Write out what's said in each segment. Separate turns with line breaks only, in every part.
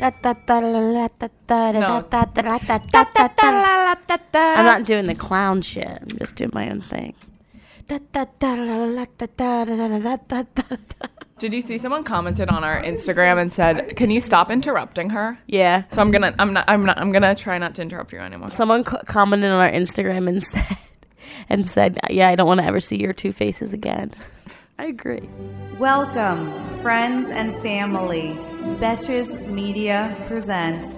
I'm
I'm not doing the clown shit. I'm just doing my own thing.
Did you see someone commented on our Instagram and said, "Can you stop interrupting her?"
Yeah.
So I'm gonna, I'm not, I'm not, I'm gonna try not to interrupt you anymore.
Someone co- commented on our Instagram and said, and said, yeah, I don't want to ever see your two faces again. I agree.
Welcome, friends and family. Betches Media presents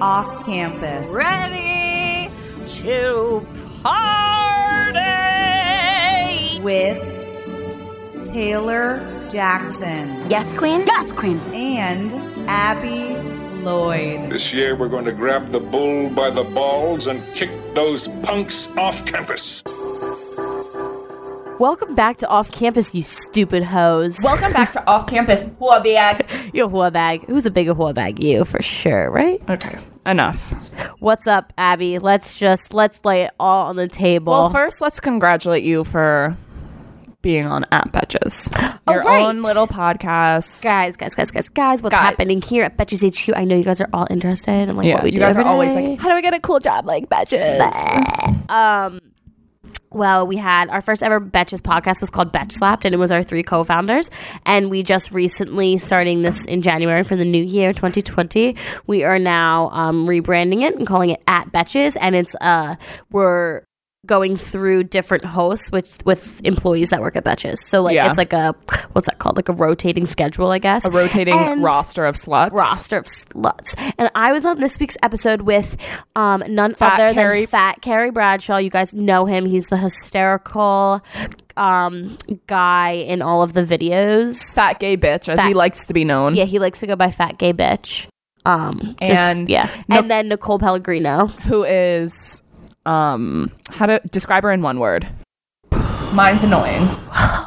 Off Campus.
ready to party.
with Taylor Jackson
Yes, Queen. Yes, Queen.
and Abby Lloyd.
This year, we're going to grab the bull by the balls and kick those punks off campus.
Welcome back to Off Campus, you stupid hoes.
Welcome back to Off Campus Huabiag.
you whore bag. Who's a bigger whore bag? You, for sure, right?
Okay, enough.
What's up, Abby? Let's just, let's lay it all on the table.
Well, first, let's congratulate you for being on App Betches, your
right.
own little podcast.
guys, guys, guys, guys, guys, what's
Guys.
happening here at Betches HQ? I know you guys are all interested in like
Yeah,
what we
you
do
guys are
every
always
day.
like, "How do I get a cool job like Betches?"
Um, well, we had our first ever Betches podcast was called Betch Slapped, and it was our three co-founders. And we just recently, starting this in January for the new year, 2020, we are now um, rebranding it and calling it at Betches, and it's uh we're going through different hosts with with employees that work at Betches. So like
Yeah.
it's like a what's that called? Like a rotating schedule, I guess.
A rotating
And-
roster of sluts.
roster of sluts. And I was on this week's episode with um, none
Fat
other
Carrie-
than Fat Carrie Bradshaw. You guys know him. He's the hysterical um, guy in all of the videos.
fat gay bitch, as
Fat-
he likes to be known.
yeah, he likes to go by Fat Gay Bitch. Um, just-
And
yeah,
Nic-
and then Nicole Pellegrino.
who is um how to describe her in one word mine's annoying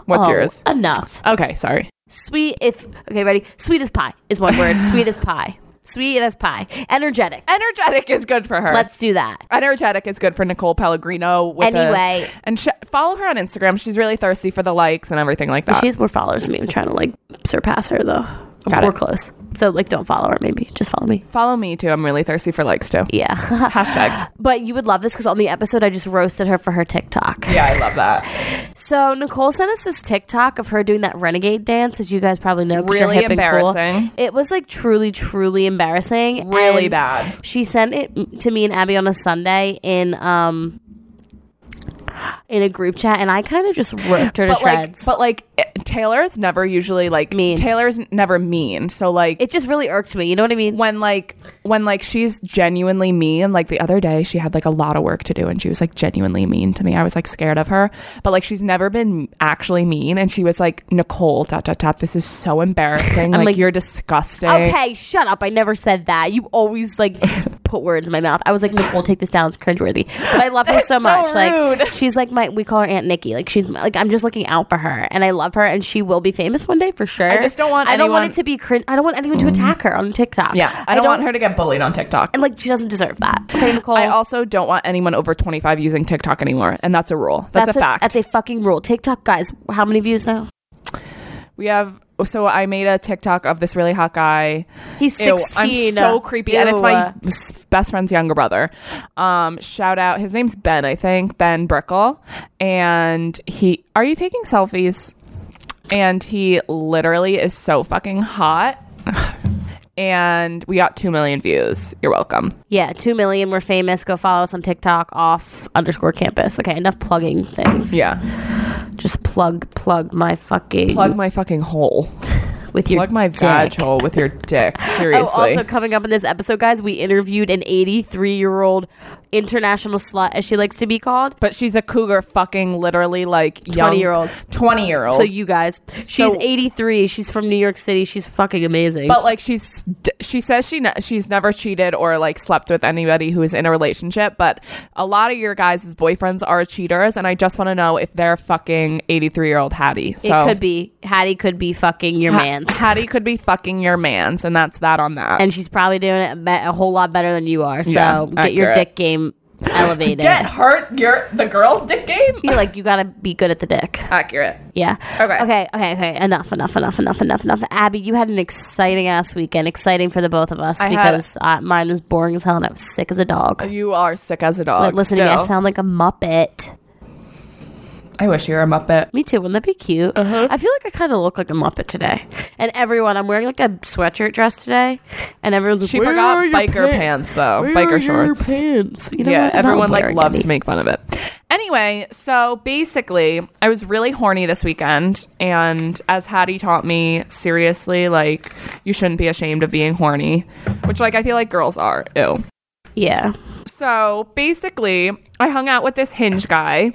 what's
Oh,
yours
Enough.
okay sorry
Sweet. If okay, ready. Sweet as pie is one word. Sweet as pie. Sweet as pie. Energetic.
energetic is good for her
Let's do that.
energetic is good for nicole pellegrino with a-
Anyway.
and sh- follow her on instagram she's really thirsty for the likes and everything like that
She's more followers than me. I'm trying to like surpass her though.
Got
We're
it.
close. So like don't follow her maybe. Just follow me.
follow me too i'm really thirsty for likes too
Yeah.
hashtags
but you would love this because on the episode I just roasted her for her TikTok.
yeah i love that
So Nicole sent us this TikTok of her doing that renegade dance, as you guys probably know. 'cause you're
Really
hip and cool.
embarrassing.
It was like truly, truly embarrassing.
Really
And
bad.
She sent it to me and Abby on a Sunday in um in a group chat, and I kind of just ripped her to
but like
shreds.
but like it- taylor's never usually like
Mean.
taylor's n- never mean so like
it just really irked me. You know what I mean?
when like when like she's genuinely mean like the other day she had like a lot of work to do and she was like genuinely mean to me i was like scared of her but like she's never been actually mean and she was like nicole dot dot dot this is so embarrassing like,
like,
you're disgusting
Okay, shut up. I never said that. You always like put words in my mouth. I was like, Nicole, take this down. It's cringeworthy. But I love her so,
so
much. Like
rude.
she's like my we call her Aunt Nikki. Like she's my- like I'm just looking out for her and I love her and she will be famous one day for sure.
I just don't want
I don't want
anyone- Mm-hmm.
it to be cringe. I don't want anyone to attack her on TikTok.
yeah i don't, want her to get bullied on tiktok
and like she doesn't deserve that. Okay, Nicole.
i also don't want anyone over 25 using tiktok anymore and that's a rule that's, a, fact
That's a fucking rule. TikTok guys, how many views now?
we have so i made a tiktok of this really hot guy
He's
Ew,
16.
I'm so creepy, and it's
Ew.
my s- best friend's younger brother. Um, shout out, his name's Ben, I think Ben Brickle, and he. Are you taking selfies? And he literally is so fucking hot. And we got two million views. You're welcome.
Yeah, two million. We're famous. Go follow us on TikTok off underscore campus. Okay, enough plugging things.
Yeah,
just plug plug my fucking
plug my fucking hole.
with your
Plug my
dick.
vag hole with your dick.
Oh,
Seriously.
also coming up in this episode, guys, we interviewed an 83 year old international slut, as she likes to be called.
but she's a cougar, fucking literally like young
20-year-olds.
twenty year old.
So you guys, she's
So-
83. She's from New York City. She's fucking amazing.
But like she's d- she says she ne- she's never cheated or like slept with anybody who is in a relationship. But a lot of your guys' boyfriends are cheaters, and I just want to know if they're fucking eighty three year old Hattie.
it
So
could be Hattie could be fucking your
Ha-
man's,
Hattie could be fucking your man's, and that's that on that.
and she's probably doing it a, be- a whole lot better than you are. So
Yeah,
get your
accurate.
dick game elevate it.
Get hurt your the girls' dick game.
You're like you gotta be good at the dick.
Accurate.
Yeah.
Okay.
Okay. Okay. Okay. Enough. Enough. Enough. Enough. Enough. Enough. Abby, you had an exciting ass weekend. Exciting for the both of us
I had-
because uh, mine was boring as hell and I was sick as a dog.
You are sick as a dog.
Like, listen to me. I
still.
sound like a muppet.
I wish you were a muppet.
Me too. Wouldn't that be cute?
Uh-huh.
I feel like I kind of look like a muppet today. And everyone, I'm wearing like a sweatshirt dress today, and everyone's like,
She
"Where
forgot
are your
biker
pa-
pants though.
where are
biker
your
shorts.
pants. You know
yeah,
what? I'm not
everyone like
wearing
loves
any.
to make fun of it. Anyway, so basically, I was really horny this weekend, and as Hattie taught me, seriously, like you shouldn't be ashamed of being horny, which like I feel like girls are. Ew.
Yeah.
So basically, I hung out with this hinge guy.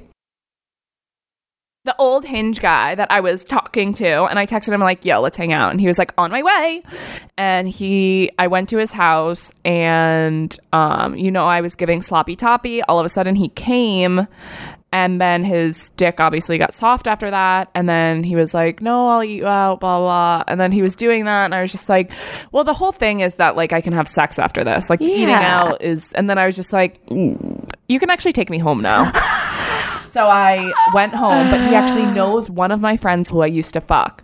The old hinge guy that I was talking to, and I texted him like, yo, let's hang out. And he was like, on my way. And he I went to his house and um, you know, I was giving sloppy toppy. All of a sudden he came and then his dick obviously got soft after that. And then he was like, No, I'll eat you out, blah, blah. And then he was doing that. And I was just like, Well, the whole thing is that like I can have sex after this. Like eating
Yeah.
out is. And then I was just like, You can actually take me home now. so I went home, but he actually knows one of my friends who I used to fuck.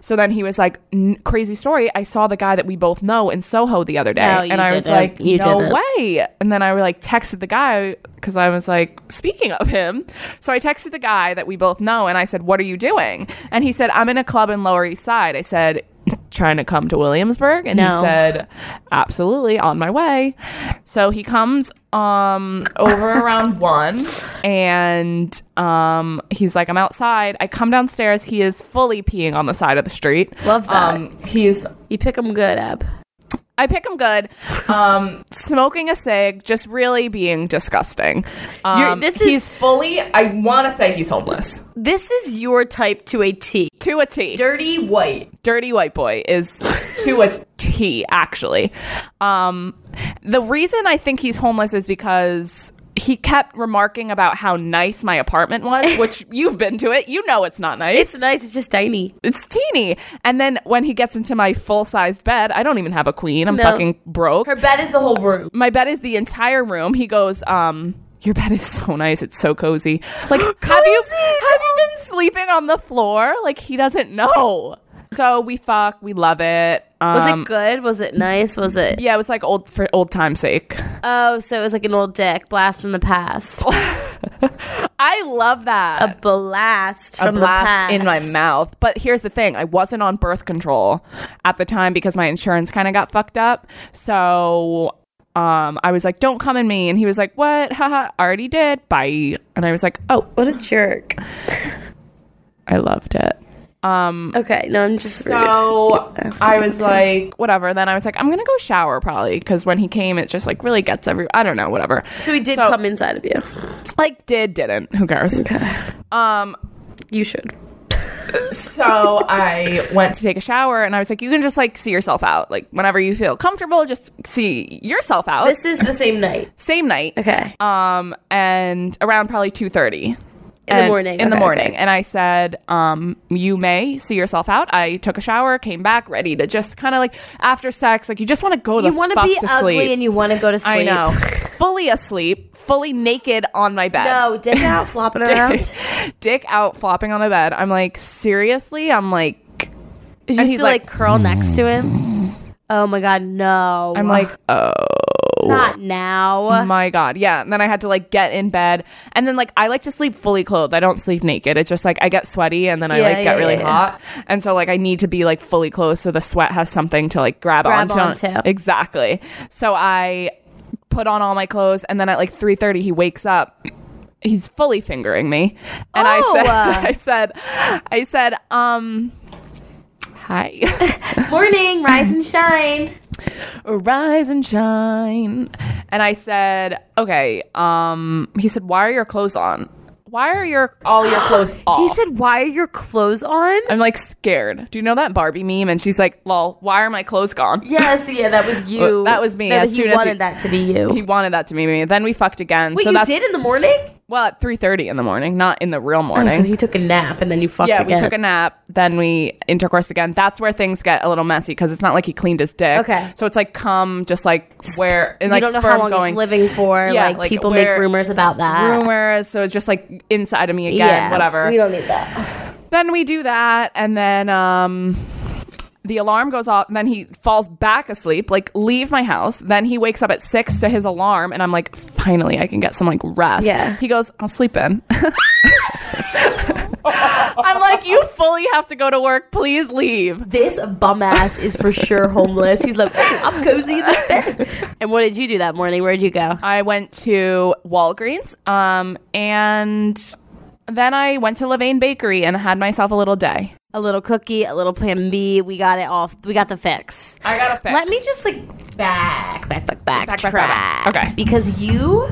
So then he was like, N- "Crazy story! I saw the guy that we both know in Soho the other day,"
No, you
and I was
didn't.
like,
You
"No
didn't.
way!" And then I like texted the guy because I was like, "Speaking of him," so I texted the guy that we both know, and I said, "What are you doing?" And he said, "I'm in a club in Lower East Side." I said, "Trying to come to Williamsburg," and
No.
he said, "Absolutely, on my way." So he comes um over around one and um he's like i'm outside i come downstairs he is fully peeing on the side of the street
Love that.
um he's
You pick them good up.
i pick him good um smoking a cig just really being disgusting um,
this is-
he's fully i want to say he's homeless
This is your type to a T.
to a t
Dirty white.
dirty white boy is to a T, actually. Um, the reason I think he's homeless is because he kept remarking about how nice my apartment was, which you've been to it. You know it's not nice.
It's nice. It's just tiny.
It's teeny. And then when he gets into my full sized bed, I don't even have a queen. I'm
No.
fucking broke.
bed is the whole room.
my bed is the entire room. He goes, um, your bed is so nice. It's so cozy. Like, have you have you been sleeping on the floor? Like, he doesn't know. So we fuck. We love it. Um,
Was it good? Was it nice? Was it?
Yeah, it was like old for old time's sake.
Oh, so it was like an old dick blast from the past.
I love that.
a blast
a
from
blast
the past
in my mouth. But here's the thing I wasn't on birth control at the time because my insurance kind of got fucked up. So um, I was like, don't come in me. And he was like, what? Haha, already did. Bye. And I was like, oh,
What a jerk.
I loved it.
Okay, no, I'm just
So
rude. Asking
I
me
was
to.
like, whatever. Then I was like, I'm going to go shower probably because when he came, it just like really gets every, I don't know, whatever.
so he did
so-
come inside of you.
Like, did, didn't. Who cares? Um,
You should.
so I went to take a shower and I was like, you can just like see yourself out. Like whenever you feel comfortable, just see yourself out.
This is the same night.
same night.
Okay.
Um, and around probably two thirty.
In the morning.
In the
Okay,
morning.
okay.
And I said, um, you may see yourself out. I took a shower, came back ready to just kind of like after sex, like you just want to go the
you want to
fuck
be
to
ugly
sleep.
and you want to go to sleep.
I know. fully asleep, fully naked on my bed.
No, dick out, flopping around.
Dick out flopping on the bed. I'm like, seriously? I'm like
Did you
And
have
he's
to like,
like- "Mm."
curl next to him? Oh my god, no.
I'm like, Mm. oh
not now.
my god, yeah. And then I had to like get in bed, and then like I like to sleep fully clothed. I don't sleep naked. It's just like I get sweaty, and then I
Yeah,
like
yeah,
get really
yeah, yeah.
hot, and so like I need to be like fully clothed so the sweat has something to like grab,
Grab
onto.
onto.
Exactly. So I put on all my clothes, and then at like three thirty he wakes up. He's fully fingering me, and I
Oh,
said,
uh.
I said, I said, um, hi.
Morning, rise and shine.
rise and shine. And I said, okay. Um, he said, why are your clothes on? Why are your all your clothes off?
He said, "Why are your clothes on?"
I'm like scared. Do you know that Barbie meme? And she's like, lol, why are my clothes gone?
Yes, yeah, that was you.
That was me,
That
as
he
soon as
wanted
he-
that to be you.
He wanted that to be me. Then we fucked again.
Wait,
so
you
that's
did in the morning?
Well, at three thirty in the morning, not in the real
Oh, so
morning.
he took a nap and then you fucked
yeah, we
again.
took a nap, then we intercourse again. That's where things get a little messy because it's not like he cleaned his dick.
Okay.
so it's like come just like where
you
and like
don't know
sperm
how long
going
it's living for.
Yeah,
like,
like,
people make
where-
rumors about that.
rumors. So it's just like inside of me again,
yeah,
whatever.
We don't need that.
then we do that and then um the alarm goes off and then he falls back asleep like leave my house then he wakes up at six to his alarm and i'm like finally i can get some like rest
Yeah.
he goes i'll sleep in i'm like you fully have to go to work please leave
This bum ass is for sure homeless. He's like, "Oh, I'm cozy in this bed. And what did you do that morning? Where'd you go?
I went to Walgreens, um, and then I went to Levain Bakery and had myself a little day.
A little cookie, a little plan B. We got it all. We got the fix.
I got a fix.
Let me just like back, back, back, back,
back, back.
track.
Okay.
Because you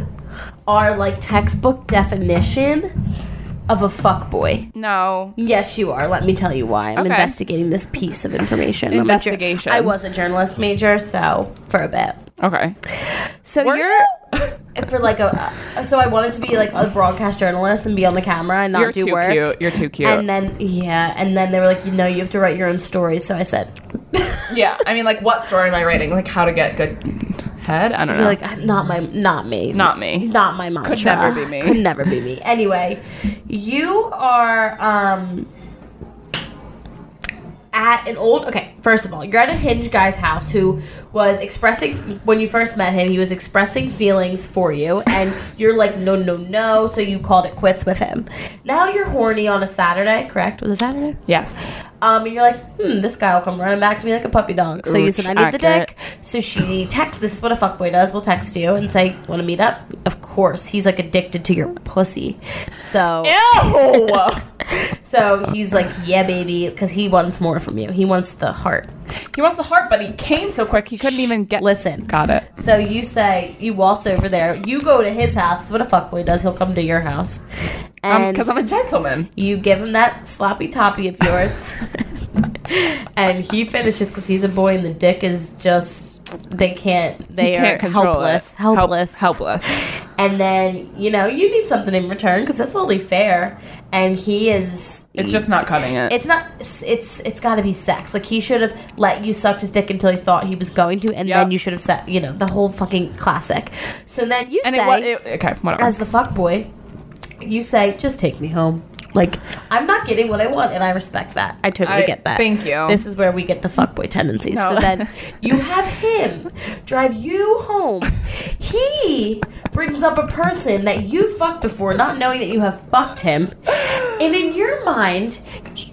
are like textbook definition of a fuck boy.
no.
Yes, you are. Let me tell you why. I'm
Okay.
investigating this piece of information. I'm a jour-
Investigation.
I was a journalist major, so for a bit.
Okay.
So
Were
you're for like a. So I wanted to be like a broadcast journalist and be on the camera and not
You're
do
too
work.
cute. You're too cute.
And then yeah, and then they were like, you know, you have to write your own stories. So I said,
yeah. I mean, like, what story am I writing? Like, how to get good head? I don't know.
You're like, "Ah, not my, not me,
Not me.
not my mantra.
never be me.
Could never be me. Anyway, you are um at an old. Okay, first of all, you're at a hinge guy's house who was expressing when you first met him. He was expressing feelings for you, and you're like, no, no, no. So you called it quits with him. Now you're horny on a Saturday, correct? Was it Saturday?
yes.
Um, and you're like, hmm, this guy will come running back to me like a puppy dog. So you
Ooch,
said, I need the
accurate.
dick. So she texts. This is what a fuckboy does. We'll text you and say, want to meet up? Of course. He's like addicted to your pussy. So,
Ew.
so he's like, yeah, baby, because he wants more from you. He wants the heart.
he wants a heart, but he came so quick he couldn't even get.
Listen.
Got it.
So you say you waltz over there. You go to his house. This is what a fuckboy does. He'll come to your house, and
Because I'm a gentleman.
you give him that sloppy toppy of yours, and he finishes because he's a boy, and the dick is just they can't they
Can't
are
control
helpless,
it. Help-
helpless,
helpless.
And then you know you need something in return because that's only fair. And he is
It's just not cutting it.
it's not it's it's got to be sex. Like he should have let you suck his dick until he thought he was going to, and
Yep.
then you should have said you know the whole fucking classic. So then you
and
say
it was. It, okay. Whatever.
as the fuck boy, you say, just take me home. Like, I'm not getting what I want, and I respect that. I totally
I-
get that.
thank you.
This is where we get the fuckboy tendencies.
No.
So then you have him drive you home. He brings up a person that you fucked before, not knowing that you have fucked him. And in your mind,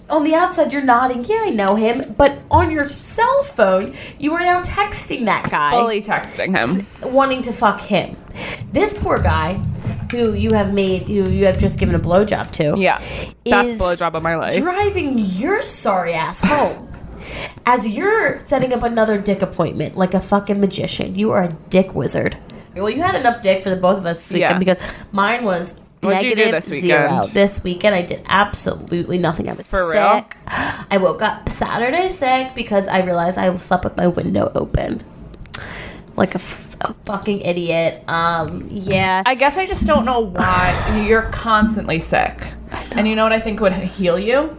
on the outside, you're nodding, yeah, I know him. But on your cell phone, you are now texting that guy
fully texting him.
wanting to fuck him. This poor guy, who you have made, who you have just given a blowjob to,
Yeah. Best
Is
blowjob of my life.
driving your sorry ass home. As you're setting up another dick appointment, like a fucking magician, you are a dick wizard. Well, you had enough dick for the both of us this weekend
Yeah.
because mine was
What'd you do
negative
this
zero.
weekend?
This weekend, I did absolutely nothing. I was
For real?
sick. I woke up Saturday sick because I realized I slept with my window open, like a, f- a fucking idiot. Um, yeah.
I guess I just don't know why you're constantly sick. And you know what I think would heal you?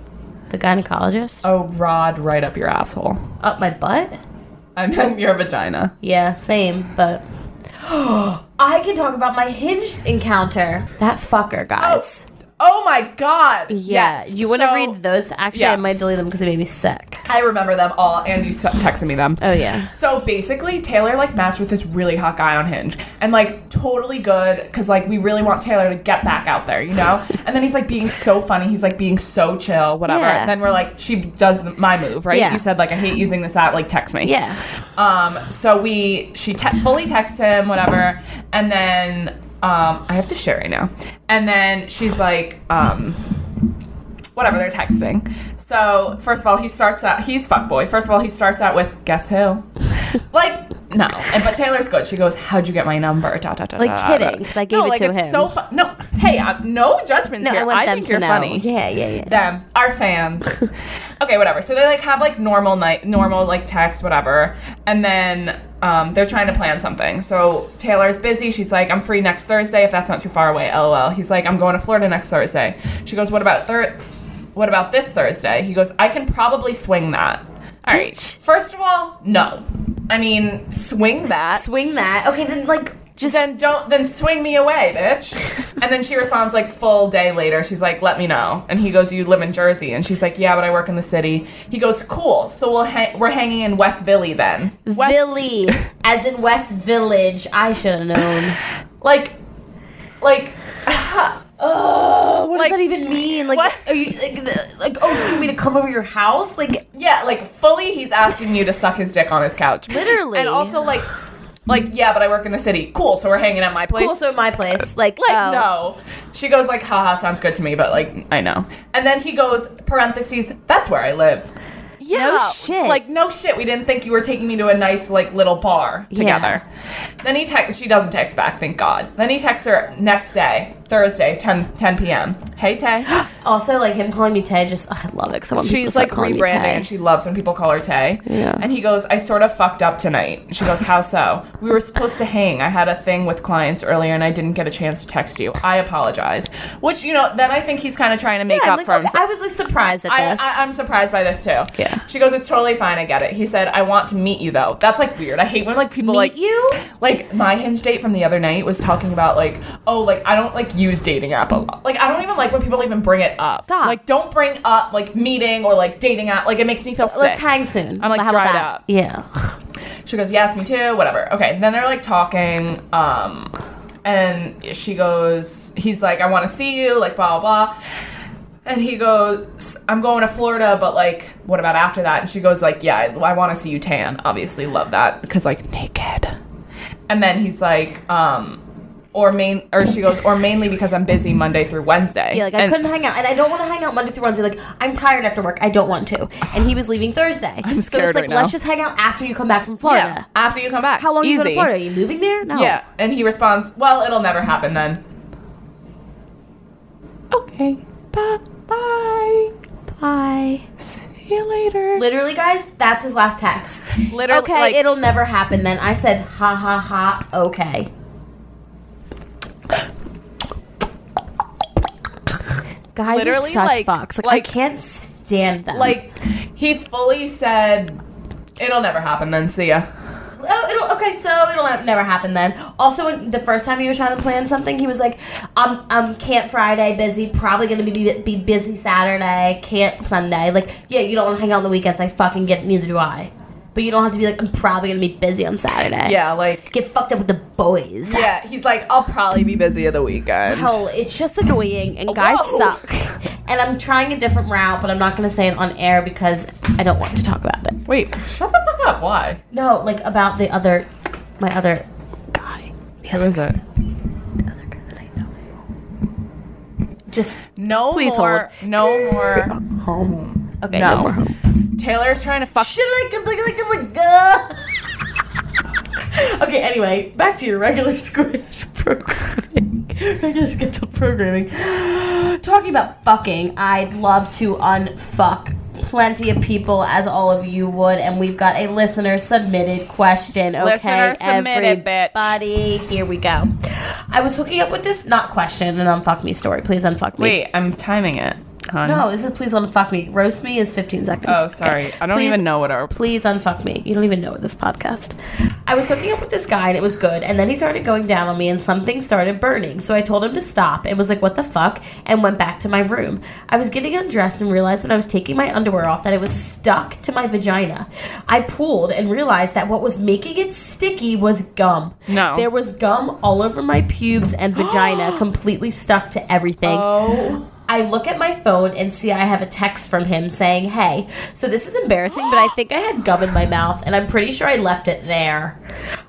the gynecologist
A rod right up your asshole.
up my butt.
I mean, your vagina.
Yeah, same, but I can talk about my hinge encounter. That fucker, guys.
Oh my god.
yeah,
yes.
you want to
So-
read those? Actually,
yeah.
I might delete them because they made me sick.
I remember them all, and you s- texted me them.
Oh, yeah.
So basically, Taylor like matched with this really hot guy on Hinge, and like totally good because like we really want Taylor to get back out there, you know. and then he's like being so funny, he's like being so chill, whatever.
Yeah.
Then we're like, she does the, my move, right?
Yeah.
You said like I hate using this app, like text me.
Yeah.
Um. So we she te- fully texts him, whatever, and then um I have to share right now, and then she's like um whatever they're texting. So first of all, he starts out. He's fuckboy. First of all, he starts out with guess who. like no. And but Taylor's good. She goes, "How'd you get my number?" Dot, dot, dot,
Like
dot, dot,
kidding,
dot.
'cause I gave
no,
it
like,
to
it's
him.
So fu- no, hey, i no judgments
No, I
here.
want them
think
to
you're
know.
funny.
Yeah, yeah, yeah.
Them, our fans. okay, whatever. So they like have like normal night, normal like text, whatever, and then um, they're trying to plan something. So Taylor's busy. She's like, "I'm free next Thursday if that's not too far away." LOL. He's like, "I'm going to Florida next Thursday." She goes, "What about thir- What about this Thursday?" He goes, "I can probably swing that." All right.
Bitch.
First of all, no. I mean, swing that
Swing that. Okay, then like just
then don't then swing me away, bitch. and then she responds like full day later. She's like, "Let me know." And he goes, "You live in Jersey." And she's like, "Yeah, but I work in the city." He goes, "Cool. So we'll hang we're hanging in West Philly then." West
Billy, as in West Village. I should have known.
like like uh,
Oh, what
Like-
does that even mean? Like,
What?
are you like, the- like? Oh, so you want me to come over your house? Like,
yeah, like fully he's asking you to suck his dick on his couch.
Literally.
And also like like yeah, but I work in the city. Cool. So we're hanging at my place.
cool. So at my place, like,
Like,
oh.
no. She goes, like, haha, sounds good to me, but, like, I know. And then he goes, parentheses, that's where I live. Yeah.
shit.
Like, no shit. We didn't think you were taking me to a nice, like, little bar together. Then he texts, she doesn't text back, thank God. Then he texts her next day, Thursday, 10, 10 p.m. Hey, Tay.
Also, like him calling me Ted. Just oh, I love it. Cause I want people to
She's,
start
like,
calling me
rebranding and
Tay.
she loves when people call her Tay.
Yeah.
And he goes, I sort of fucked up tonight. And She goes, How so? We were supposed to hang. I had a thing with clients earlier and I didn't get a chance to text you. I apologize. Which, you know, then I think he's kind of trying to make
Yeah, I'm
up
like,
for
okay,
himself.
I was like surprised at
I,
this.
I, I'm surprised by this too.
Yeah.
She goes, "It's totally fine. I get it." He said, "I want to meet you though." That's like weird. I hate when like people
Meet
like
you?
Like my hinge date from the other night was talking about like, oh, like I don't like use dating app a lot. Like I don't even like when people even bring it up.
Stop.
Like don't bring up like meeting or like dating app. Like it makes me feel sick.
Let's hang soon.
I'm, like,
How about
dried
that?
up.
Yeah.
She goes, "Yes, me too." Whatever. Okay. Then they're like talking. Um, and she goes, "He's like, I want to see you." Like blah blah. blah. And he goes, "I'm going to Florida, but like, what about after that?" And she goes, "Like, yeah, I, I want to see you tan. Obviously, love that because like naked." And then he's like, um. Or main, or she goes, or mainly because I'm busy Monday through Wednesday.
Yeah, like I
And-
couldn't hang out, and I don't want to hang out Monday through Wednesday. Like I'm tired after work. I don't want to. And he was leaving Thursday. I'm So
scared
it's like
right now.
let's just hang out after you come back from
Yeah,
Florida.
after you come back.
How long are you going to
Easy.
Florida? Are you moving there? No.
Yeah, and he responds, "Well, it'll never happen then." Okay, bye bye.
Bye.
See you later.
Literally, guys, that's his last text.
Literally,
okay,
like-
it'll never happen. Then I said, ha ha ha. Okay. Guys
Literally,
are such
like-
fucks. Like,
like-
I can't stand them.
Like he fully said, "It'll never happen then." See ya.
oh, it'll okay. So it'll ne- never happen then. Also, when the first time he was trying to plan something, he was like, "Um, um, can't Friday. Busy. Probably gonna be be, be busy Saturday. Can't Sunday. Like, yeah, you don't want to hang out on the weekends. I fucking get. it, Neither do I. But you don't have to be like, I'm probably gonna be busy on Saturday.
Yeah, like
Get fucked up with the boys.
yeah. He's like, "I'll probably be busy of the weekend."
Hell, it's just annoying, and guys
Whoa.
suck. And I'm trying a different route, but I'm not gonna say it on air because I don't want to talk about it.
Wait, shut the fuck up. Why?
No, like about the other, my other guy.
Who is it?
Just
No
Please
more. No more.
home. Okay,
No.
no, more home.
Taylor's trying to fuck.
Should I get like like like uh? Okay, anyway, back to your regular squish programming. regular scheduled programming. Talking about fucking, I'd love to unfuck plenty of people as all of you would, and we've got a listener submitted question. Okay,
Listener submitted, bitch.
everybody, here we go. I was hooking up with this not question and unfuck me story. Please unfuck me.
Wait, I'm timing it. Hon.
No, this is please unfuck me. Roast me is 15 seconds.
Oh, sorry.
Okay.
I don't
Please-
even know what our.
Please unfuck me. You don't even know this podcast. I was hooking up with this guy and it was good, and then he started going down on me and something started burning. So I told him to stop and was like, what the fuck? And went back to my room. I was getting undressed and realized when I was taking my underwear off that it was stuck to my vagina. I pulled and realized that what was making it sticky was gum.
No.
There was gum all over my pubes and vagina, completely stuck to everything.
Oh
I look at my phone and see I have a text from him saying, "Hey, so this is embarrassing, but I think I had gum in my mouth and I'm pretty sure I left it there.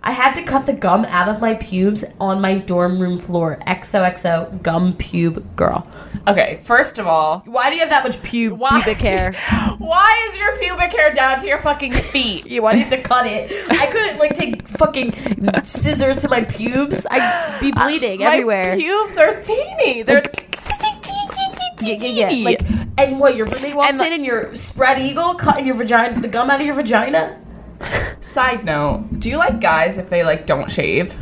I had to cut the gum out of my pubes on my dorm room floor. XOXO gum pube girl.
Okay, first of all,
Why do you have that much pube
Why?
pubic hair?
why is your pubic hair down to your fucking feet?
You wanted to cut it. I couldn't like take fucking scissors to my pubes. I'd be bleeding everywhere.
My pubes are teeny. They're
Yeah, yeah, yeah. Like, and what your roommate walks
And-
in and you're spread eagle cutting your vagina, the gum out of your vagina.
Side note: Do you like guys if they like don't shave?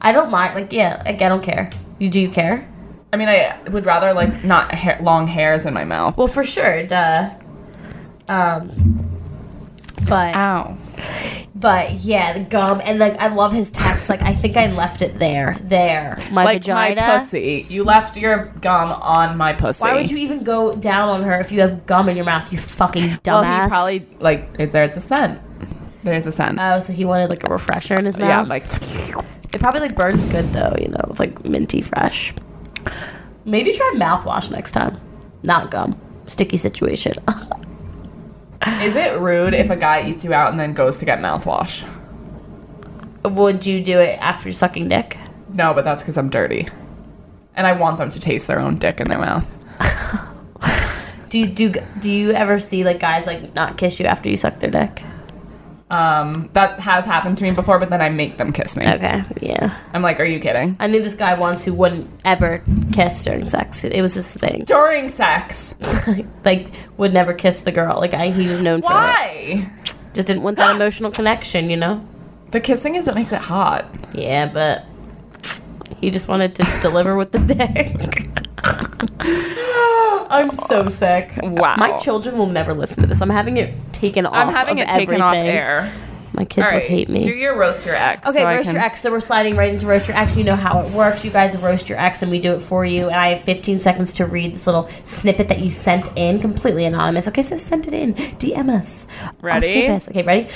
I don't mind. Like, yeah, like, I don't care. You do you care?
I mean, I would rather like not hair, long hairs in my mouth.
Well, for sure, duh. Um, but
Ow.
but yeah, the gum and like I love his text. Like, I think I left it there, there, my
like
vagina.
my pussy. You left your gum on my pussy.
Why would you even go down on her if you have gum in your mouth? You fucking dumbass.
Well, he probably like if there's a scent. There's a scent.
Oh, so he wanted like a refresher in his mouth.
yeah, like
It probably like burns good though, you know, with like minty fresh. Maybe try mouthwash next time. Not gum. Sticky situation.
is it rude if a guy eats you out and then goes to get mouthwash?
Would you do it after sucking dick?
No, but that's because I'm dirty, and I want them to taste their own dick in their mouth.
Do you do do you ever see like guys like not kiss you after you suck their dick?
Um, that has happened to me before, but then I make them kiss me.
Okay, yeah.
I'm like, are you kidding?
I knew this guy once who wouldn't ever kiss during sex. It, it was his thing.
During sex.
like would never kiss the girl. Like I, he was known for
Why?
it. Just didn't want that emotional connection, you know.
The kissing is what makes it hot.
Yeah, but he just wanted to deliver with the dick. I'm so sick.
Wow.
My children will never listen to this. I'm having it taken off.
I'm having
of
it taken off
everything.
air.
My kids would hate me.
Do your roast your ex.
Okay,
so I
roast
can-
your ex. So we're sliding right into roast your ex. You know how it works. You guys roast your ex, and we do it for you. And I have 15 seconds to read this little snippet that you sent in, completely anonymous. Okay, so send it in. DM us. Off
Ready?
campus. Okay, ready?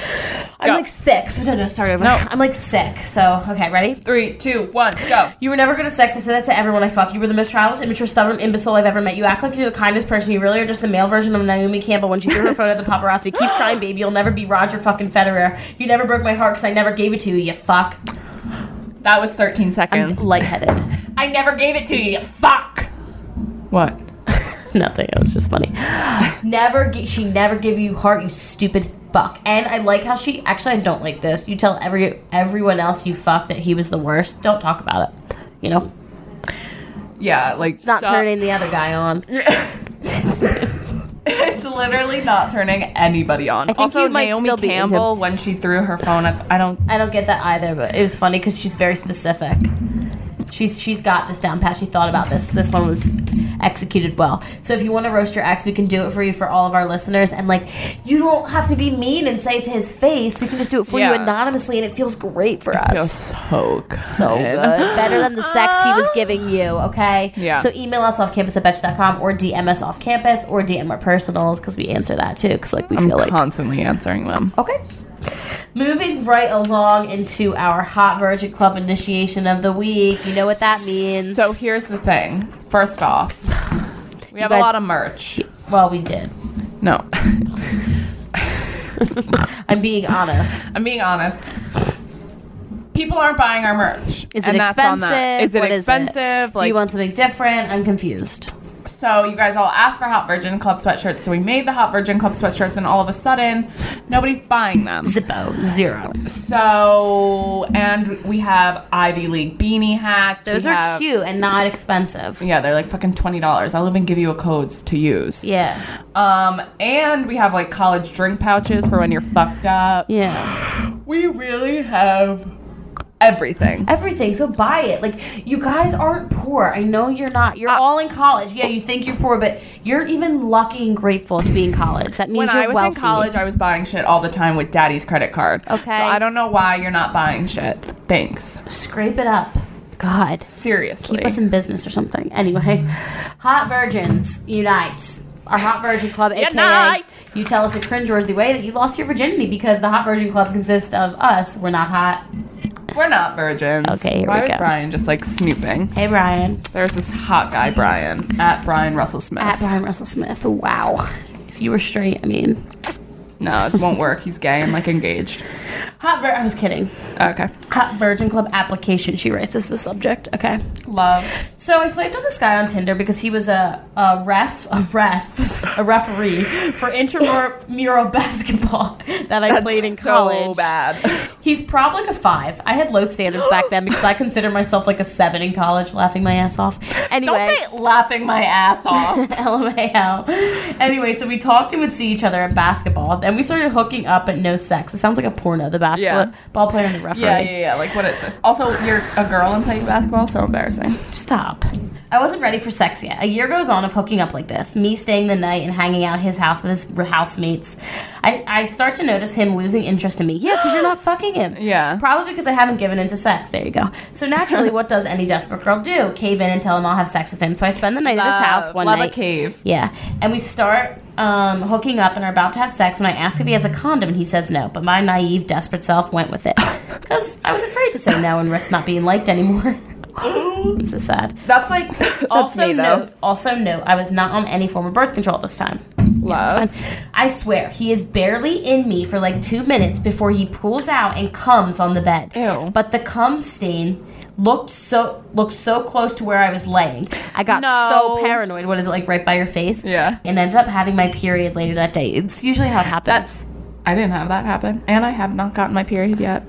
I'm
Go.
like sick. So, no, no, start over. No, I'm like sick. So, okay, ready?
Three, two, one, go.
You were never good at sex. I said that to everyone I fuck. You were the most childish, immature, stubborn imbecile I've ever met. You act like you're the kindest person. You really are just the male version of Naomi Campbell when she threw her phone at the paparazzi. Keep trying, baby. You'll never be Roger fucking Federer. You never broke my heart because I never gave it to you, you fuck.
That was 13
I'm
seconds.
lightheaded.
I never gave it to you, you fuck. What?
Nothing. It was just funny. never. gi- She never give you heart. You stupid fuck. And I like how she. Actually, I don't like this. You tell every everyone else you fuck that he was the worst. Don't talk about it. You know,
Yeah, like
not
stop.
turning the other guy on.
It's literally not turning anybody on. I
think
also,
you might
Naomi
still be into-
Campbell when she threw her phone at I don't.
I don't get that either, but it was funny because she's very specific. She's she's got this down pat. She thought about this. This one was executed well. So if you want to roast your ex, we can do it for you for all of our listeners. And like, you don't have to be mean and say it to his face. We can just do it for you
Yeah.
anonymously, and it feels great for us.
Feels so good.
so good. Better than the sex he was giving you, okay?
Yeah.
So email us off campus at betch.com or DM us off campus or DM our personals because we answer that too because like we
I'm
feel like
constantly answering them.
Okay. Moving right along into our Hot Virgin Club initiation of the week. You know what that means.
So here's the thing. First off, we have
guys-
a lot of merch.
well, we did.
No,
I'm being honest.
I'm being honest. People aren't buying our merch.
Is
and
it
that's on
expensive?
that. Is it
What
expensive?
Do
Like,
you want something different? I'm confused.
so you guys all asked for Hot Virgin Club sweatshirts. So we made the Hot Virgin Club sweatshirts, and all of a sudden, nobody's buying them.
Zippo zero.
So, and we have Ivy League beanie hats.
Those
We
are
have-
cute and not expensive.
Yeah, they're like fucking twenty dollars. I'll even give you a codes to use.
Yeah.
Um, and we have like college drink pouches for when you're fucked up.
Yeah.
We really have everything.
Everything. So buy it. Like you guys aren't poor. I know you're not.
Uh,
You're all in college. Yeah, you think you're poor, but you're even lucky and grateful to be in college. That means
When
you're
I was
wealthy.
in college, I was buying shit all the time with daddy's credit card.
Okay.
So I don't know why you're not buying shit. Thanks.
Scrape it up. God.
Seriously.
keep us in business or something. Anyway, Mm. Hot Virgins Unite. Our Hot Virgin Club, aka
Unite.
you tell us a cringeworthy way that you lost your virginity because the Hot Virgin Club consists of us. We're not hot.
We're not virgins.
Okay, here
Why
we
was
go.
Brian just like snooping?
Hey, Brian.
There's this hot guy, Brian, at Brian Russell Smith.
At Brian Russell Smith. Wow. If you were straight, I mean.
no, it won't work. He's gay and like engaged.
Hot Vir- I was kidding.
Okay.
Hot Virgin Club application, she writes, is the subject. Okay.
Love.
So I swiped on this guy on Tinder because he was a, a ref, a ref, a referee for intramural basketball that I played in college.
So bad.
He's probably like a five. I had low standards back then because I consider myself like a seven in college, laughing my ass off. Anyway,
laughing my ass off.
LMAO. Anyway, so we talked and would see each other at basketball. Then we started hooking up, but no sex. It sounds like a porno. The basketball
Yeah.
ball player and the referee.
yeah, yeah, yeah. Like, what is this? Also, you're a girl and playing basketball. So embarrassing.
Stop. I wasn't ready for sex yet. A year goes on of hooking up like this, me staying the night and hanging out at his house with his r- housemates. I, I start to notice him losing interest in me. Yeah, because you're not fucking him.
Yeah.
Probably because I haven't given into sex. There you go. So naturally, what does any desperate girl do? Cave in and tell him I'll have sex with him. So I spend the night at his house one
Love
night.
a Uh, cave.
Yeah. And we start um, hooking up and are about to have sex when I ask if he has a condom and he says no. But my naive, desperate self went with it. Because I was afraid to say no and risk not being liked anymore. this is sad.
That's like
also
me, though.
note, also note, I was not on any form of birth control at this time.
love.
It's fine. I swear, he is barely in me for like two minutes before he pulls out and comes on the bed.
Ew.
But the cum stain looked so looked so close to where I was laying. I got
No.
so paranoid. What is it like right by your face?
Yeah.
And ended up having my period later that day. It's usually how it happens.
That's. I didn't have that happen, and I have not gotten my period yet.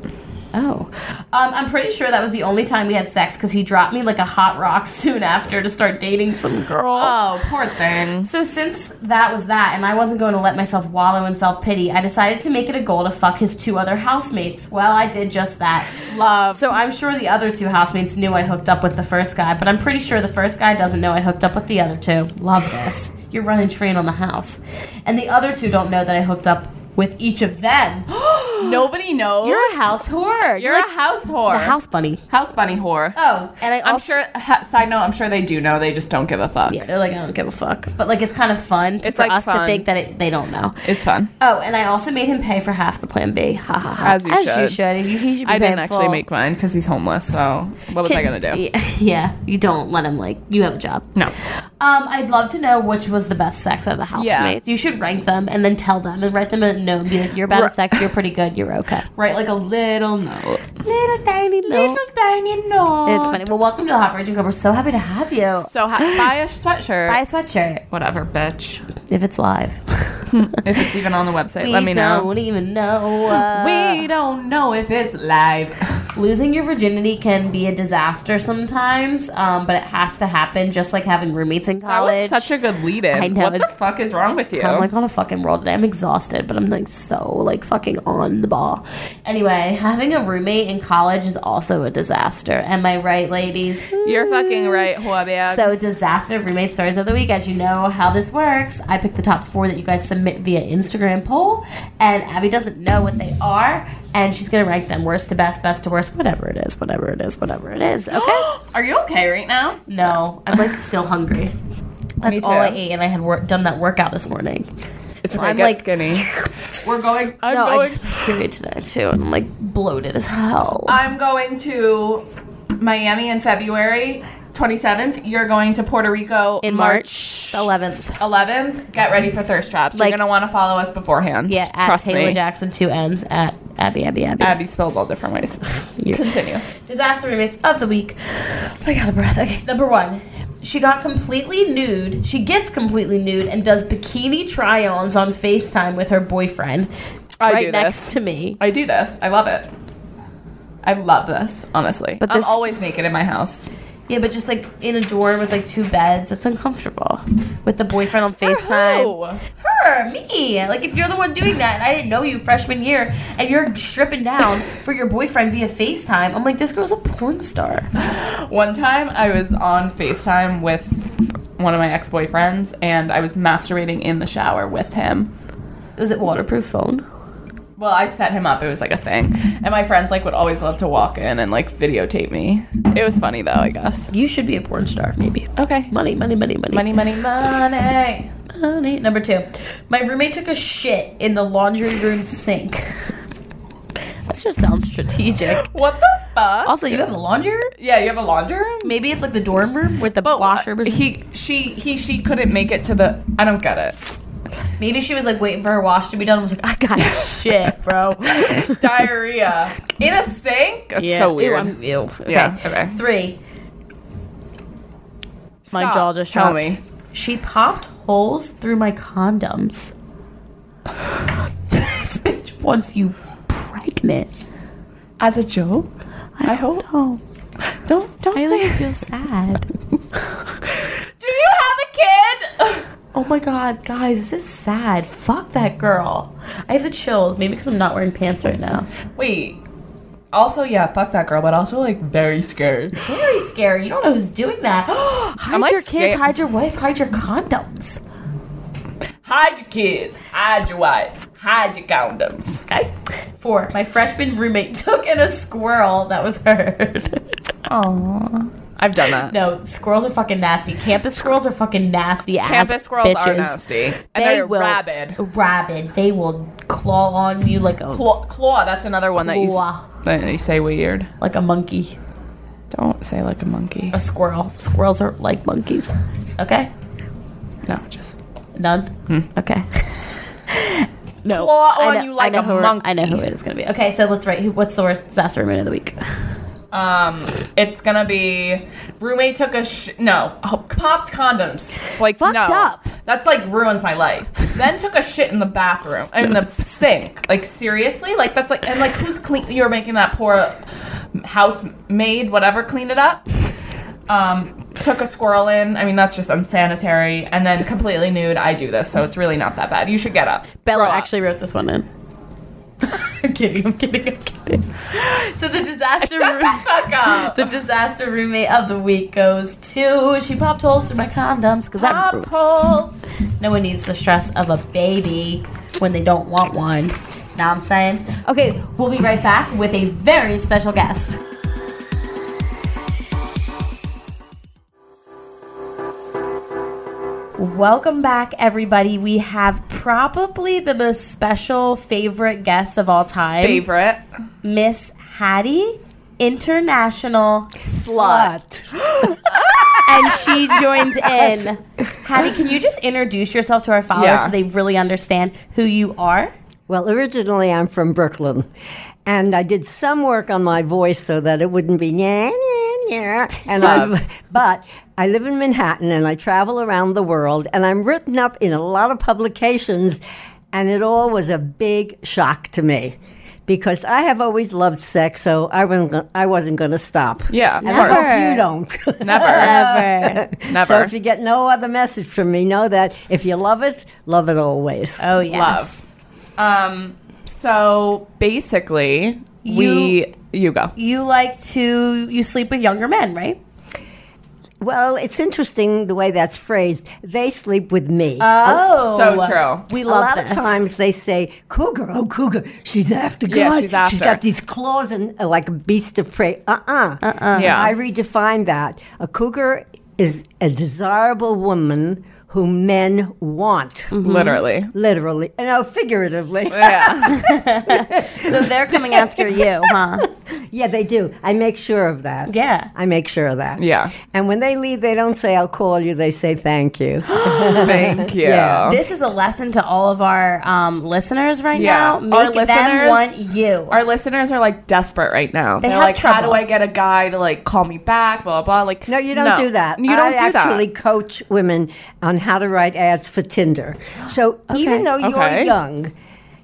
Oh. Um, I'm pretty sure that was the only time we had sex because he dropped me like a hot rock soon after to start dating some girl.
Oh, poor thing.
So since that was that, and I wasn't going to let myself wallow in self pity, I decided to make it a goal to fuck his two other housemates. Well, I did just that.
Love.
So I'm sure the other two housemates knew I hooked up with the first guy, but I'm pretty sure the first guy doesn't know I hooked up with the other two. Love this. You're running train on the house, and the other two don't know that I hooked up with each of them.
Nobody knows.
You're a house whore.
You're a house Uh, whore.
a house bunny.
house bunny whore.
Oh, and I
I'm
also,
sure. Ha, side note: I'm sure they do know. They just don't give a fuck.
Yeah, they're like, I don't give a fuck. But like, it's kind of fun to,
It's,
for
like,
us to
fun.
think that it, they don't know.
It's fun.
Oh, and I also made him pay for half the Plan B. Ha ha ha.
As you should.
He, he should be
I didn't
paid
actually
full.
make mine because he's homeless. So what was I gonna do?
Yeah, yeah, you don't let him like you have a job.
No.
Um, I'd love to know which was the best sex of the housemates. You should rank them and then tell them and write them a note. And be like, you're bad at sex. You're pretty good. You're okay.
Write like a little note.
Little tiny note.
tiny note.
It's funny. Well, welcome to the Hot Virgin Club. We're so happy to have you.
So ha- buy a sweatshirt.
Buy a sweatshirt
Whatever, bitch.
if it's live.
If it's even on the website,
we
let me
don't
know.
even know. uh,
We don't know if it's live.
losing your virginity can be a disaster sometimes, um, but it has to happen. Just like having roommates in
That
college.
was such a good lead in.
I know.
What the fuck is wrong with you?
I'm like on a fucking roll today. I'm exhausted, but I'm like so like fucking on the ball. Anyway, having a roommate in college is also a disaster. Am I right, ladies?
You're fucking right, Huabia.
So, disaster roommate stories of the week. As you know how this works, I pick the top four that you guys submit via Instagram poll, and Abby doesn't know what they are, and she's gonna rank them worst to best, best to worst, whatever it is, whatever it is, whatever it is. Okay.
Are you okay right now?
no, I'm like still hungry. That's
Me
all I
too.
ate, and I had wor- done that workout this morning.
It's
So
okay.
I'm
get
like-
skinny. We're going. I'm
No, I
going.
just had a period today too, and I'm like bloated as hell.
I'm going to Miami in February 27th. You're going to Puerto Rico
In March 11th,
11th. Get ready for thirst traps.
Like-
You're gonna want to follow us beforehand.
yeah, at
trust
Taylor
me.
Jackson two ends at Abby Abby Abby.
Abby spelled all different ways. Continue.
Disaster roommates of the week. I got a breath. Okay, number one. She got completely nude. She gets completely nude and does bikini try-ons on FaceTime with her boyfriend
I
right
do
next
this.
to me.
I do this. I love it. I love this, honestly. But
this-
I'm always naked in my house.
Yeah, but just like in a dorm with like two beds, that's uncomfortable. With the boyfriend on FaceTime. her, me. Like if you're the one doing that, and I didn't know you freshman year, and you're stripping down for your boyfriend via FaceTime, I'm like, this girl's a porn star.
One time I was on FaceTime with one of my ex boyfriends and I was masturbating in the shower with him.
Is it waterproof phone?
Well, I set him up. It was like a thing. And my friends like would always love to walk in and like videotape me. It was funny though, I guess.
You should be a porn star, maybe.
Okay.
Money, money, money, money,
Money, money, money.
money. Number two, my roommate took a shit in the laundry room sink. That just sounds strategic.
What the fuck? fuck?
Also, you have a laundry room?
yeah, you have a laundry room. Uh,
Maybe it's like the dorm room with the washer. machine.
He, she, he, she couldn't make it to the. I don't get it.
Maybe she was like waiting for her wash to be done. and was like, I got shit, bro.
Diarrhea in a sink. That's so
Ew,
weird.
I'm- ew. Okay.
Yeah, okay.
Three. My
Stop.
jaw just
tell
dropped.
me.
She popped holes through my condoms. this bitch wants you pregnant.
As a joke, I, hope.
Oh,
Don't don't
I
say.
like feel sad.
Do you have a kid?
Oh my god, guys, this is sad. Fuck that girl. I have the chills. Maybe because I'm not wearing pants right now.
Wait. Also, yeah, fuck that girl, but also like very scared.
Very scary. You don't know who's doing that. hide
I'm, like,
your kids.
scared.
Hide your wife. Hide your condoms.
Hide your kids. Hide your wife. Hide your condoms.
Okay. Four. My freshman roommate took in a squirrel that was heard.
Aww. I've done that.
no, squirrels are fucking nasty. Campus squirrels are fucking nasty. ass
Campus squirrels are
bitches.
nasty. And
They
are
will
rabid. Oh,
Rabid. They will claw on you like a
Claw, claw, that's another one
Claw.
that you, that you say weird.
like a monkey.
Don't say like a monkey.
A squirrel. Squirrels are like monkeys. Okay.
No, just.
None. Okay. no.
Hmm. Claw
I
on
know-
you like
I know
a
who it-
monkey.
I know who it is going to be. Okay, so let's write. Who, what's the worst disaster roommate of the week?
Um, it's gonna be roommate took a sh- no oh, popped condoms like
Fucked
no
up.
that's like ruins my life. then took a shit in the bathroom in the sink like seriously like that's like and like who's clean you're making that poor housemaid whatever clean it up. Um, took a squirrel in. I mean that's just unsanitary. And then completely nude. I do this so it's really not that bad. You should get up.
Bella
Grow up.
actually wrote this one in. I'm kidding. I'm kidding. I'm kidding. So the disaster.
Shut the fuck up.
The disaster roommate of the week goes to she popped holes through my condoms because that
Popped
improves.
holes.
no one needs the stress of a baby when they don't want one. Know what I'm saying? Okay, we'll be right back with a very special guest. Welcome back, everybody. We have probably the most special favorite guest of all time.
Favorite.
Miss Hattie International Slut. and she joined in. Hattie, can you just introduce yourself to our followers
Yeah.
so they really understand who you are?
Well, originally I'm from Brooklyn, and I did some work on my voice so that it wouldn't be yeah, yeah, yeah. And I, but I live in Manhattan and I travel around the world, and I'm written up in a lot of publications, and it all was a big shock to me. Because I have always loved sex, so I wasn't, go- I wasn't going to stop.
Yeah, of
and I
course.
hope you don't.
Never.
Ever.
Never.
so if you get no other message from me, know that if you love it, love it always.
Oh, yes.
Um. So basically, we you go.
You like to, you sleep with younger men, right?
Well, it's interesting the way that's phrased. They sleep with me.
Oh.
So true.
We
a
love
lot
this.
of times they say, "Cougar, oh cougar, she's after God.
Yeah, she's after."
she's got these claws and uh, like a beast of prey." Uh uh-uh. uh.
Yeah.
I redefine that. A cougar is a desirable woman who men want,
Literally.
literally, no, figuratively.
Mm-hmm. Yeah.
So they're coming after you, huh?
yeah, they do. I make sure of that.
Yeah.
I make sure of that.
Yeah.
And when they leave, they don't say, "I'll call you." They say, "Thank you."
Thank you.
Yeah.
This is a lesson to all of our um, listeners right now.
Yeah.
Make
Our
them
listeners
want you.
Our listeners are like desperate right now. They are
have
like, how do
trouble.
I get a guy to like call me back? Blah blah. blah. Like,
No, you don't do that.
You don't
I
do
actually
that.
coach women on how to write ads for Tinder. So even though you're
Okay.
young,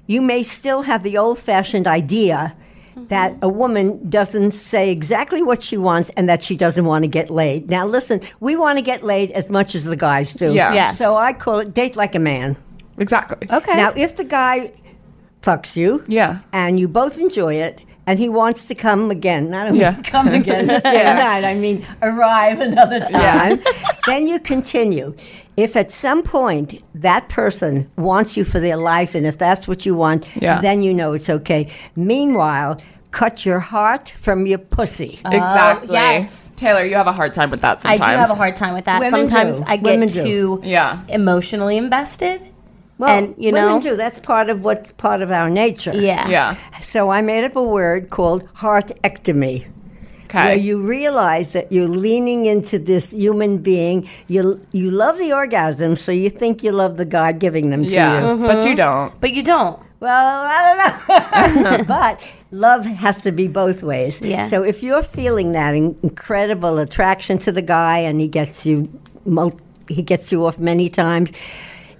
you may still have the old fashioned idea
Mm-hmm.
that a woman doesn't say exactly what she wants and that she doesn't want to get laid. Now, listen, we want to get laid as much as the guys do.
Yeah.
Yes.
So I call it date like a man.
Exactly.
okay.
Now, if the guy fucks you,
Eh. Yeah.
and you both enjoy it, and he wants to come again, not only
Yeah.
come again the same night, I mean arrive another time, then you continue. If at some point that person wants you for their life, and if that's what you want,
Yeah.
then you know it's okay. Meanwhile, cut your heart from your pussy.
Exactly.
yes.
Taylor, you have a hard time with that
I do
sometimes.
have a hard time with that.
Women
Sometimes
do.
I get
Women do.
too
Yeah.
emotionally invested.
Well,
and you
women
know,
do. That's part of what's part of our nature.
yeah,
Yeah.
So I made up a word called heartectomy.
Okay.
where you realize that you're leaning into this human being. You you love the orgasm, so you think you love the God giving them to
yeah,
you.
but you don't.
But you don't.
Well, I don't know. but love has to be both ways.
Yeah.
So if you're feeling that in- incredible attraction to the guy and he gets you mul- he gets you off many times,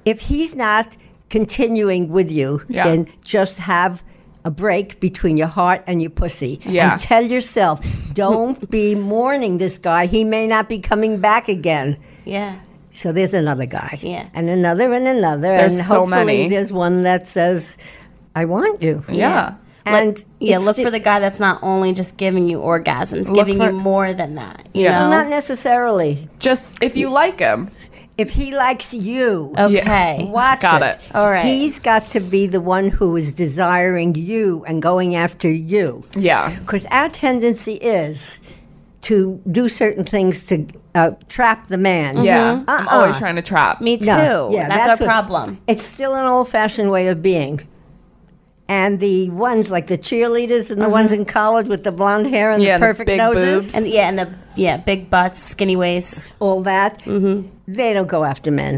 if he's not continuing with you,
Yeah.
then just have a break between your heart and your pussy.
Yeah.
And tell yourself, don't be mourning this guy. He may not be coming back again.
Yeah.
So there's another guy.
Yeah.
And another and another.
There's
and
so
hopefully
many.
there's one that says, I want you.
Yeah.
And
Yeah,
it's
look
the-
for the guy that's not only just giving you orgasms,
Look
giving
for-
you more than that. You
Yeah.
know?
Not necessarily.
Just if you like him.
If he likes you,
okay.
watch
Got it.
All right.
He's got to be the one who is desiring you and going after you.
Yeah.
Because our tendency is to do certain things to uh, trap the man.
Yeah. I'm
Uh-uh.
always trying to trap.
Me too.
No. Yeah,
that's,
that's
our
what-
problem.
It's still an old fashioned way of being. And the ones like the cheerleaders and the ones in college with the blonde hair and
Yeah, and
the
the
perfect
big
noses,
boobs.
And yeah, and the yeah, big butts, skinny waist.
all that, they don't go after men.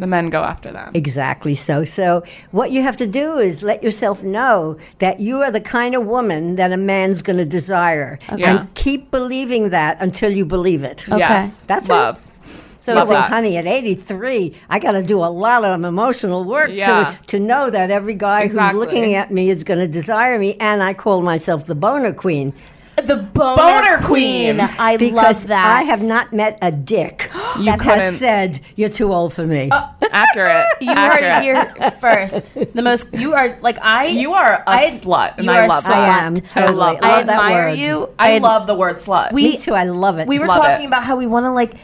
The men go after them.
Exactly so. So, what you have to do is let yourself know that you are the kind of woman that a man's going to desire.
Yeah.
And keep believing that until you believe it.
Yes.
That's
love.
So,
Love
well,
that.
honey, at 83, I got to do a lot of emotional work
Yeah.
to, to know that every guy
Exactly.
who's looking at me is going to desire me. And I call myself the boner queen.
The boner,
Boner queen.
I
Because
love that.
I have not met a dick that
couldn't-
has said, You're too old for me.
Accurate.
You are
Accurate.
here first. The most you are like I.
You are a
I-
slut, and
you
I
are a
love
I
that.
slut.
am.
I
Totally.
love
I
that
admire
word.
you.
I love the word slut.
We-
Me too. I love it.
We were
Love
talking
it.
about how we want to like.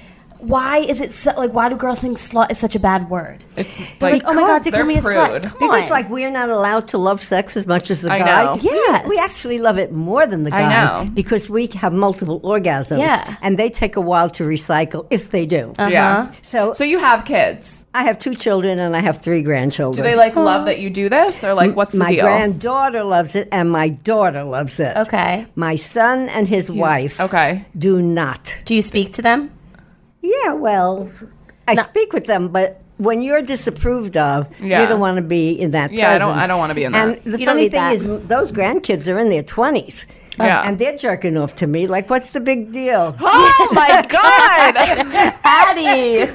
Why is it so, like? Why do girls think slut is such a bad word?
it's like,
Like, oh my god, to
they're
call me a slut.
prude.
Come
Because
on.
like we're not allowed to love sex as much as the
I
guy.
know.
Yes.
We actually love it more than the
I
guy
know.
because we have multiple orgasms.
Yeah.
And they take a while to recycle if they do.
Uh-huh.
Yeah.
So,
So you have kids.
I have two children and I have three
Do
grandchildren.
they like love that you do this, or like what's the
Uh-huh. my
deal?
granddaughter loves it and my daughter loves it.
okay.
My son and his wife
okay.
do not.
Do you speak to them?
Yeah, well, I speak with them, but when you're disapproved of,
Yeah.
you don't want to be in that
Yeah, I don't-
presence.
I don't wanna be in
And
that.
the
You don't
funny
need
thing
that.
is, m- those grandkids are in their 20s.
Yeah.
And they're jerking off to me. Like, what's the big deal?
Oh my god!
Patty.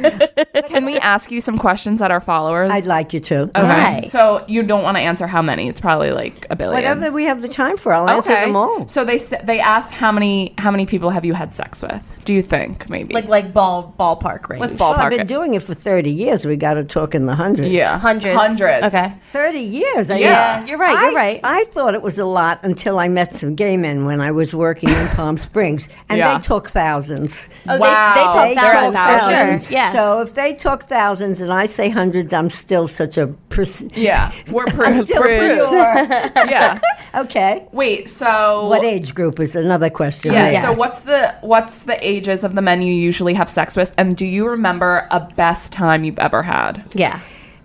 Can we ask you some questions that our followers?
I'd like you to.
Why?
So you don't want to answer how many? It's probably like a billion.
Whatever we have the time for, I'll answer
Okay.
them all.
So they s- they asked how many how many people have you had sex with? Do you think maybe
like like ball ballpark range.
let's
Well, I've
ballpark
been
it?
doing it for 30 years. We got to talk in the hundreds.
yeah,
Hundreds.
hundreds.
Okay.
30 years. I mean,
Yeah.
You're right. You're
I-
right.
I thought it was a lot until I met some gay men when I was working in Palm Springs, and
Yeah.
they took thousands.
oh,
Wow.
they, they talk
They
thousands
talk
for
thousands.
sure. Yes.
So if they took thousands and I say hundreds, I'm still such a person.
Yeah, we're prudes.
Still pretty
prudes.
poor.
yeah.
okay.
Wait. So
What age Oh, group is another question?
Yeah.
I
Yes.
asked.
So what's the what's the ages of the men you usually have sex with, and do you remember a best time you've ever had?
yeah.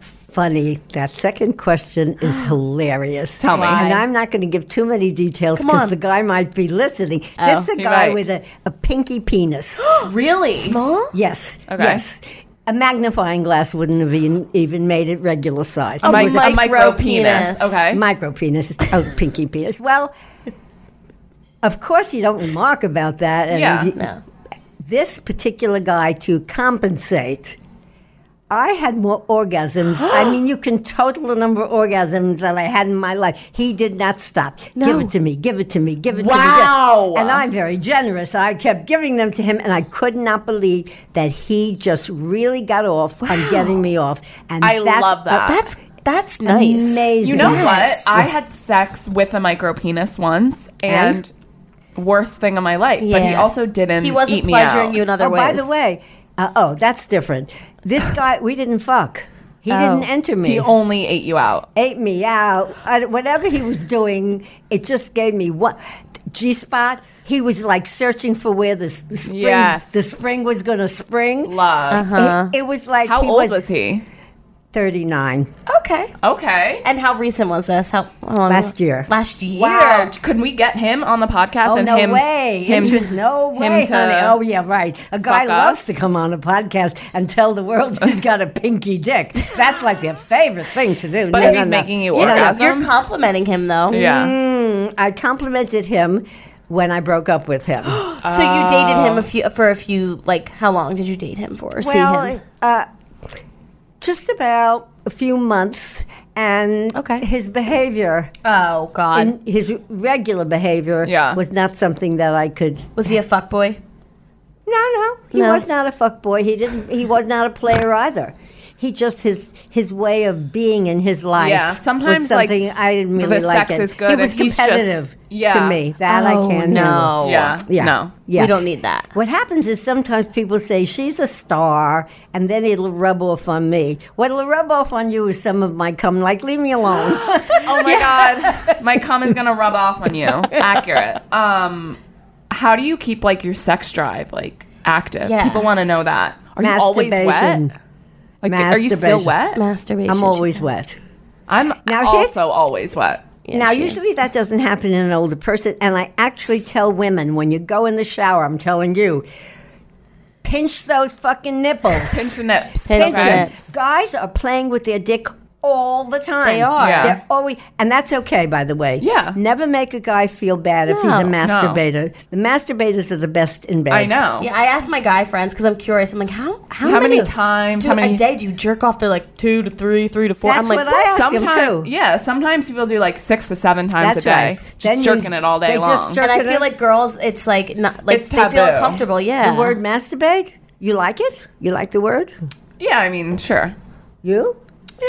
Funny. That second question is hilarious.
Tell me.
And I'm not going to give too many details
on.
because the guy might be listening. this is a
Oh, he
guy
might.
with a, a pinky penis.
Really? Small?
Yes.
Okay.
Yes. A magnifying glass wouldn't have even, even made it regular size. It
Mic-
was
my
a
a micro penis.
penis.
Okay.
micro penis, oh, pinky penis. Well, of course you don't remark about that. And
Yeah.
you-
No.
This particular guy to compensate. I had more orgasms. I mean, you can total the number of orgasms that I had in my life. He did not stop. Give it to me. Give it to me. Give it to me.
Wow.
Give- And I'm very generous. I kept giving them to him, and I could not believe that he just really got off on getting me off. And
I
that's-
love that.
That's that's nice.
Amazing.
You know
Yes.
what? I had sex with a micro penis once, and, worst thing of my life. But he
Yeah.
also didn't.
He wasn't
eat me
pleasuring
out.
you in other
oh,
ways.
by the way, uh, oh, that's different. This guy, we didn't fuck. He didn't enter me.
Oh. He only ate you out.
ate me out. I, whatever he was doing, it just gave me what G spot. He was like searching for where the, s- the spring,
Yes.
the spring was going to spring.
Love.
It, it was like
How
Uh-huh. he
old
was,
was he?
39.
Okay.
Okay.
And how recent was this? How, how long
Last
ago?
year.
Last year.
Wow. Could we get him on the podcast
Oh
and
no
him
way!
him
Interest- no
him
way,
to-
honey. Oh yeah, right. A guy
fuck
loves
us?
to come on a podcast and tell the world he's got a pinky dick. That's like their favorite thing to do.
But
no,
if
no,
he's
no.
making you
no, no.
orgasm.
You're complimenting him though.
Yeah.
I complimented him when I broke up with him.
So you dated him a few for a few like how long did you date him for? or See him?
Uh, just about a few months, and
Okay.
his behavior,
Oh God.
and his regular behavior,
Yeah.
was not something that I could.
was he a fuck boy?
No, no, he
No.
was not a fuck boy. He didn't. He was not a player either. He just his his way of being in his life.
Yeah,
was
sometimes, like,
something I didn't really
the
like.
sex
it.
is good
He was
and he's just-
competitive
yeah.
to me. That I
Oh,
can't
no.
handle.
Yeah.
Yeah.
No.
Yeah.
We don't need that.
What happens is sometimes people say she's a star, and then it'll rub off on me. What'll rub off on you is some of my cum. Like, leave me alone.
Oh my god. My cum is gonna rub off on you. Accurate. Um how do you keep like your sex drive like active?
Yeah.
People wanna know that. Are you always
Masturbation.
wet? Like are you still
Masturbation.
wet?
Masturbation.
I'm
she
always
said.
wet.
I'm
Now, here's-
also always wet.
Yeah,
now,
she is.
usually that doesn't happen in an older person, and I actually tell women when you go in the shower, I'm telling you, pinch those fucking nipples.
Pinch the nips.
Pinch the
okay?
nips.
Guys are playing with their dick all the time.
They are.
Yeah.
They're always, and that's okay, by the way.
Yeah.
Never make a guy feel bad if he's a
No.
masturbator. The masturbators are the best in bed.
I know.
Yeah, I asked my guy friends because I'm curious. I'm like, how how,
How many times?
do
How many-
a day do you jerk off? They're like two to three, three to four.
That's
I'm like,
what I asked him
Sometimes,
too.
yeah. Sometimes people do like six to seven times
That's
a day,
right.
just
Then you-
jerking it all day
they just
long.
jerk-
and I
Look at
feel
it.
like girls, it's like not like
It's
they feel
taboo.
uncomfortable. Yeah,
The word masturbate, you like it? You like the word?
yeah, I mean, sure.
You?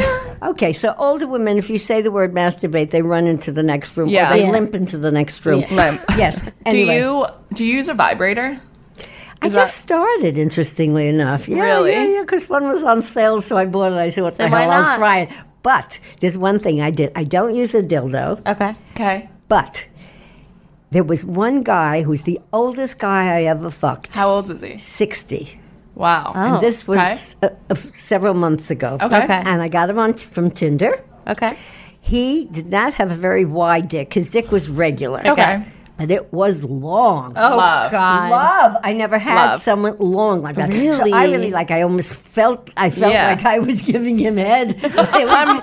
Yeah. Okay, so older women, if you say the word masturbate, they run into the next room
Yeah.
or they
Yeah.
limp into the next room.
Yeah.
Limp.
Yes.
Do
Anyway,
you do you use a vibrator?
I
that-
just started, interestingly enough. Yeah,
Really?
Yeah, yeah, because one was on sale, so I bought it. I said, what the
why
hell, I'll
not?
try it. But there's one thing I did. I don't use a dildo.
okay.
Okay.
But there was one guy who's the oldest guy I ever fucked,
How old was he?
60.
Wow.
Oh,
this was uh, uh, several months ago.
Okay.
Okay.
And I got him on t- from Tinder.
Okay.
He did not have a very wide dick. His dick was regular.
Okay.
And it was long.
Oh
Love.
God.
Love. I never had
Love.
someone long like that. So I
Really?
really like. I almost felt. I felt
Yeah.
like I was giving him head. It was-
I'm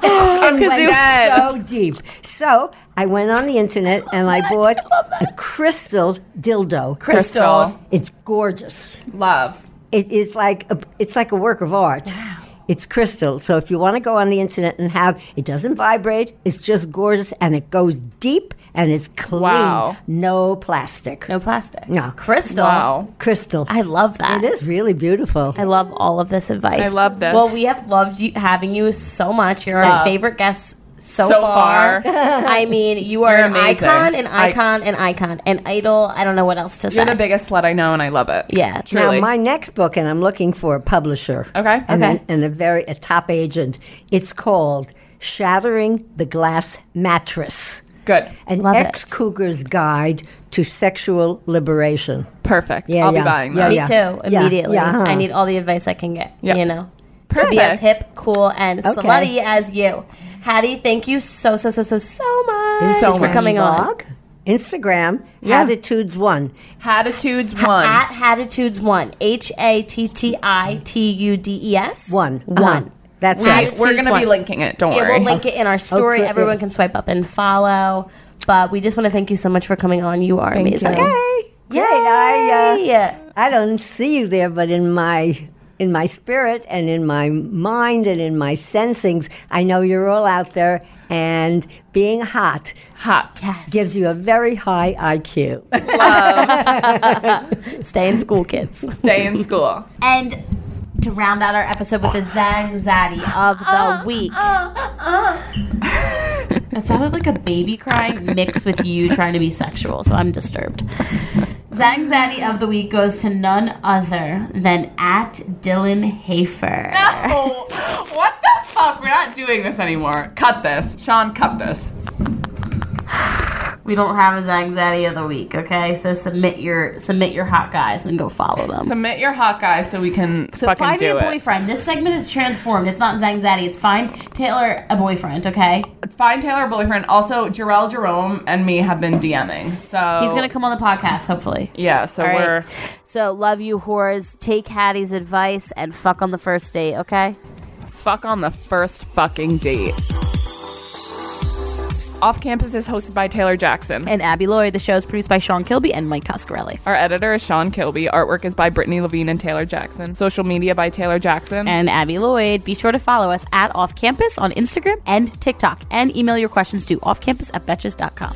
it went
dead.
so deep. So I went on the internet and I bought a crystal dildo.
Crystal.
It's gorgeous.
Love.
It is like a, it's like a work of art. It's crystal. So if you want to go on the internet and have it doesn't vibrate, it's just gorgeous and it goes deep and it's clean.
Wow.
No plastic.
No plastic.
No.
Crystal.
Wow.
Crystal.
I love that.
It is really beautiful.
I love all of this advice.
I love this.
Well, we have loved you, having you so much. You're our favorite guest so,
So
far.
far.
I mean, you are
You're
an
amazing.
icon, an
I-
icon, an icon, an idol. I don't know what else to say.
You're the biggest slut I know, and I love it.
Yeah. Now,
Truly.
Now my next book, and I'm looking for a publisher.
Okay.
And,
Okay.
a, and a very a top agent. It's called Shattering the Glass Mattress:
Good.
An
Love it.
Ex Cougar's Guide to Sexual Liberation.
Perfect.
Yeah,
I'll
yeah.
be buying
Yeah,
that.
Me
yeah.
too. Immediately.
yeah, huh.
I need all the advice I can get.
Yeah.
You know, to
Perfect.
be as hip, cool, and
Okay.
slutty as you. Hattie, thank you so so so so so much
So
for
much.
coming on.
blog, Instagram,
Yeah.
Attitudes One.
Attitudes one.
At Hattitudes One, H A T T I T U D E S
One. Uh-huh.
one.
That's
One.
right.
We're gonna
One.
be linking it. Don't
Yeah,
worry.
we'll link it in our story.
Okay.
Everyone can swipe up and follow. But we just want to thank you so much for coming on. You are amazing.
Hey, great. I,
Yay.
uh, I don't see you there, but in my in my spirit and in my mind and in my sensings, I know you're all out there. And being hot
Hot.
gives you a very high IQ.
Stay in school, kids.
Stay in school.
and to round out our episode with the Zang Zaddy of the week. that sounded like a baby crying mixed with you trying to be sexual, so I'm disturbed. Zang Zaddy of the week goes to none other than at Dylan Hafer.
Oh, what the fuck? We're not doing this anymore. Cut this. Sean, cut this.
We don't have a Zag Zaddy of the week, okay? So submit your submit your hot guys and go follow them.
Submit your hot guy so we can
So
fucking
find me
do
a
it.
boyfriend. This segment is transformed. It's not Zang Zaddy. It's find Taylor a boyfriend. Okay,
Find Taylor boyfriend. Also, Jarell Jerome and me have been DMing. So
he's gonna come on the podcast hopefully.
Yeah, so
All right.
we're
So love you whores. Take Hattie's advice and fuck on the first date. Okay.
fuck on the first fucking date. Off campus is hosted by Taylor Jackson.
And Abby Lloyd. The show is produced by Sean Kilby and Mike Coscarelli.
Our editor is Sean Kilby. Artwork is by Brittany Levine and Taylor Jackson. Social media by Taylor Jackson.
And Abby Lloyd. Be sure to follow us at Off Campus on Instagram and TikTok, and email your questions to offcampus at betches.com.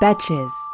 Betches.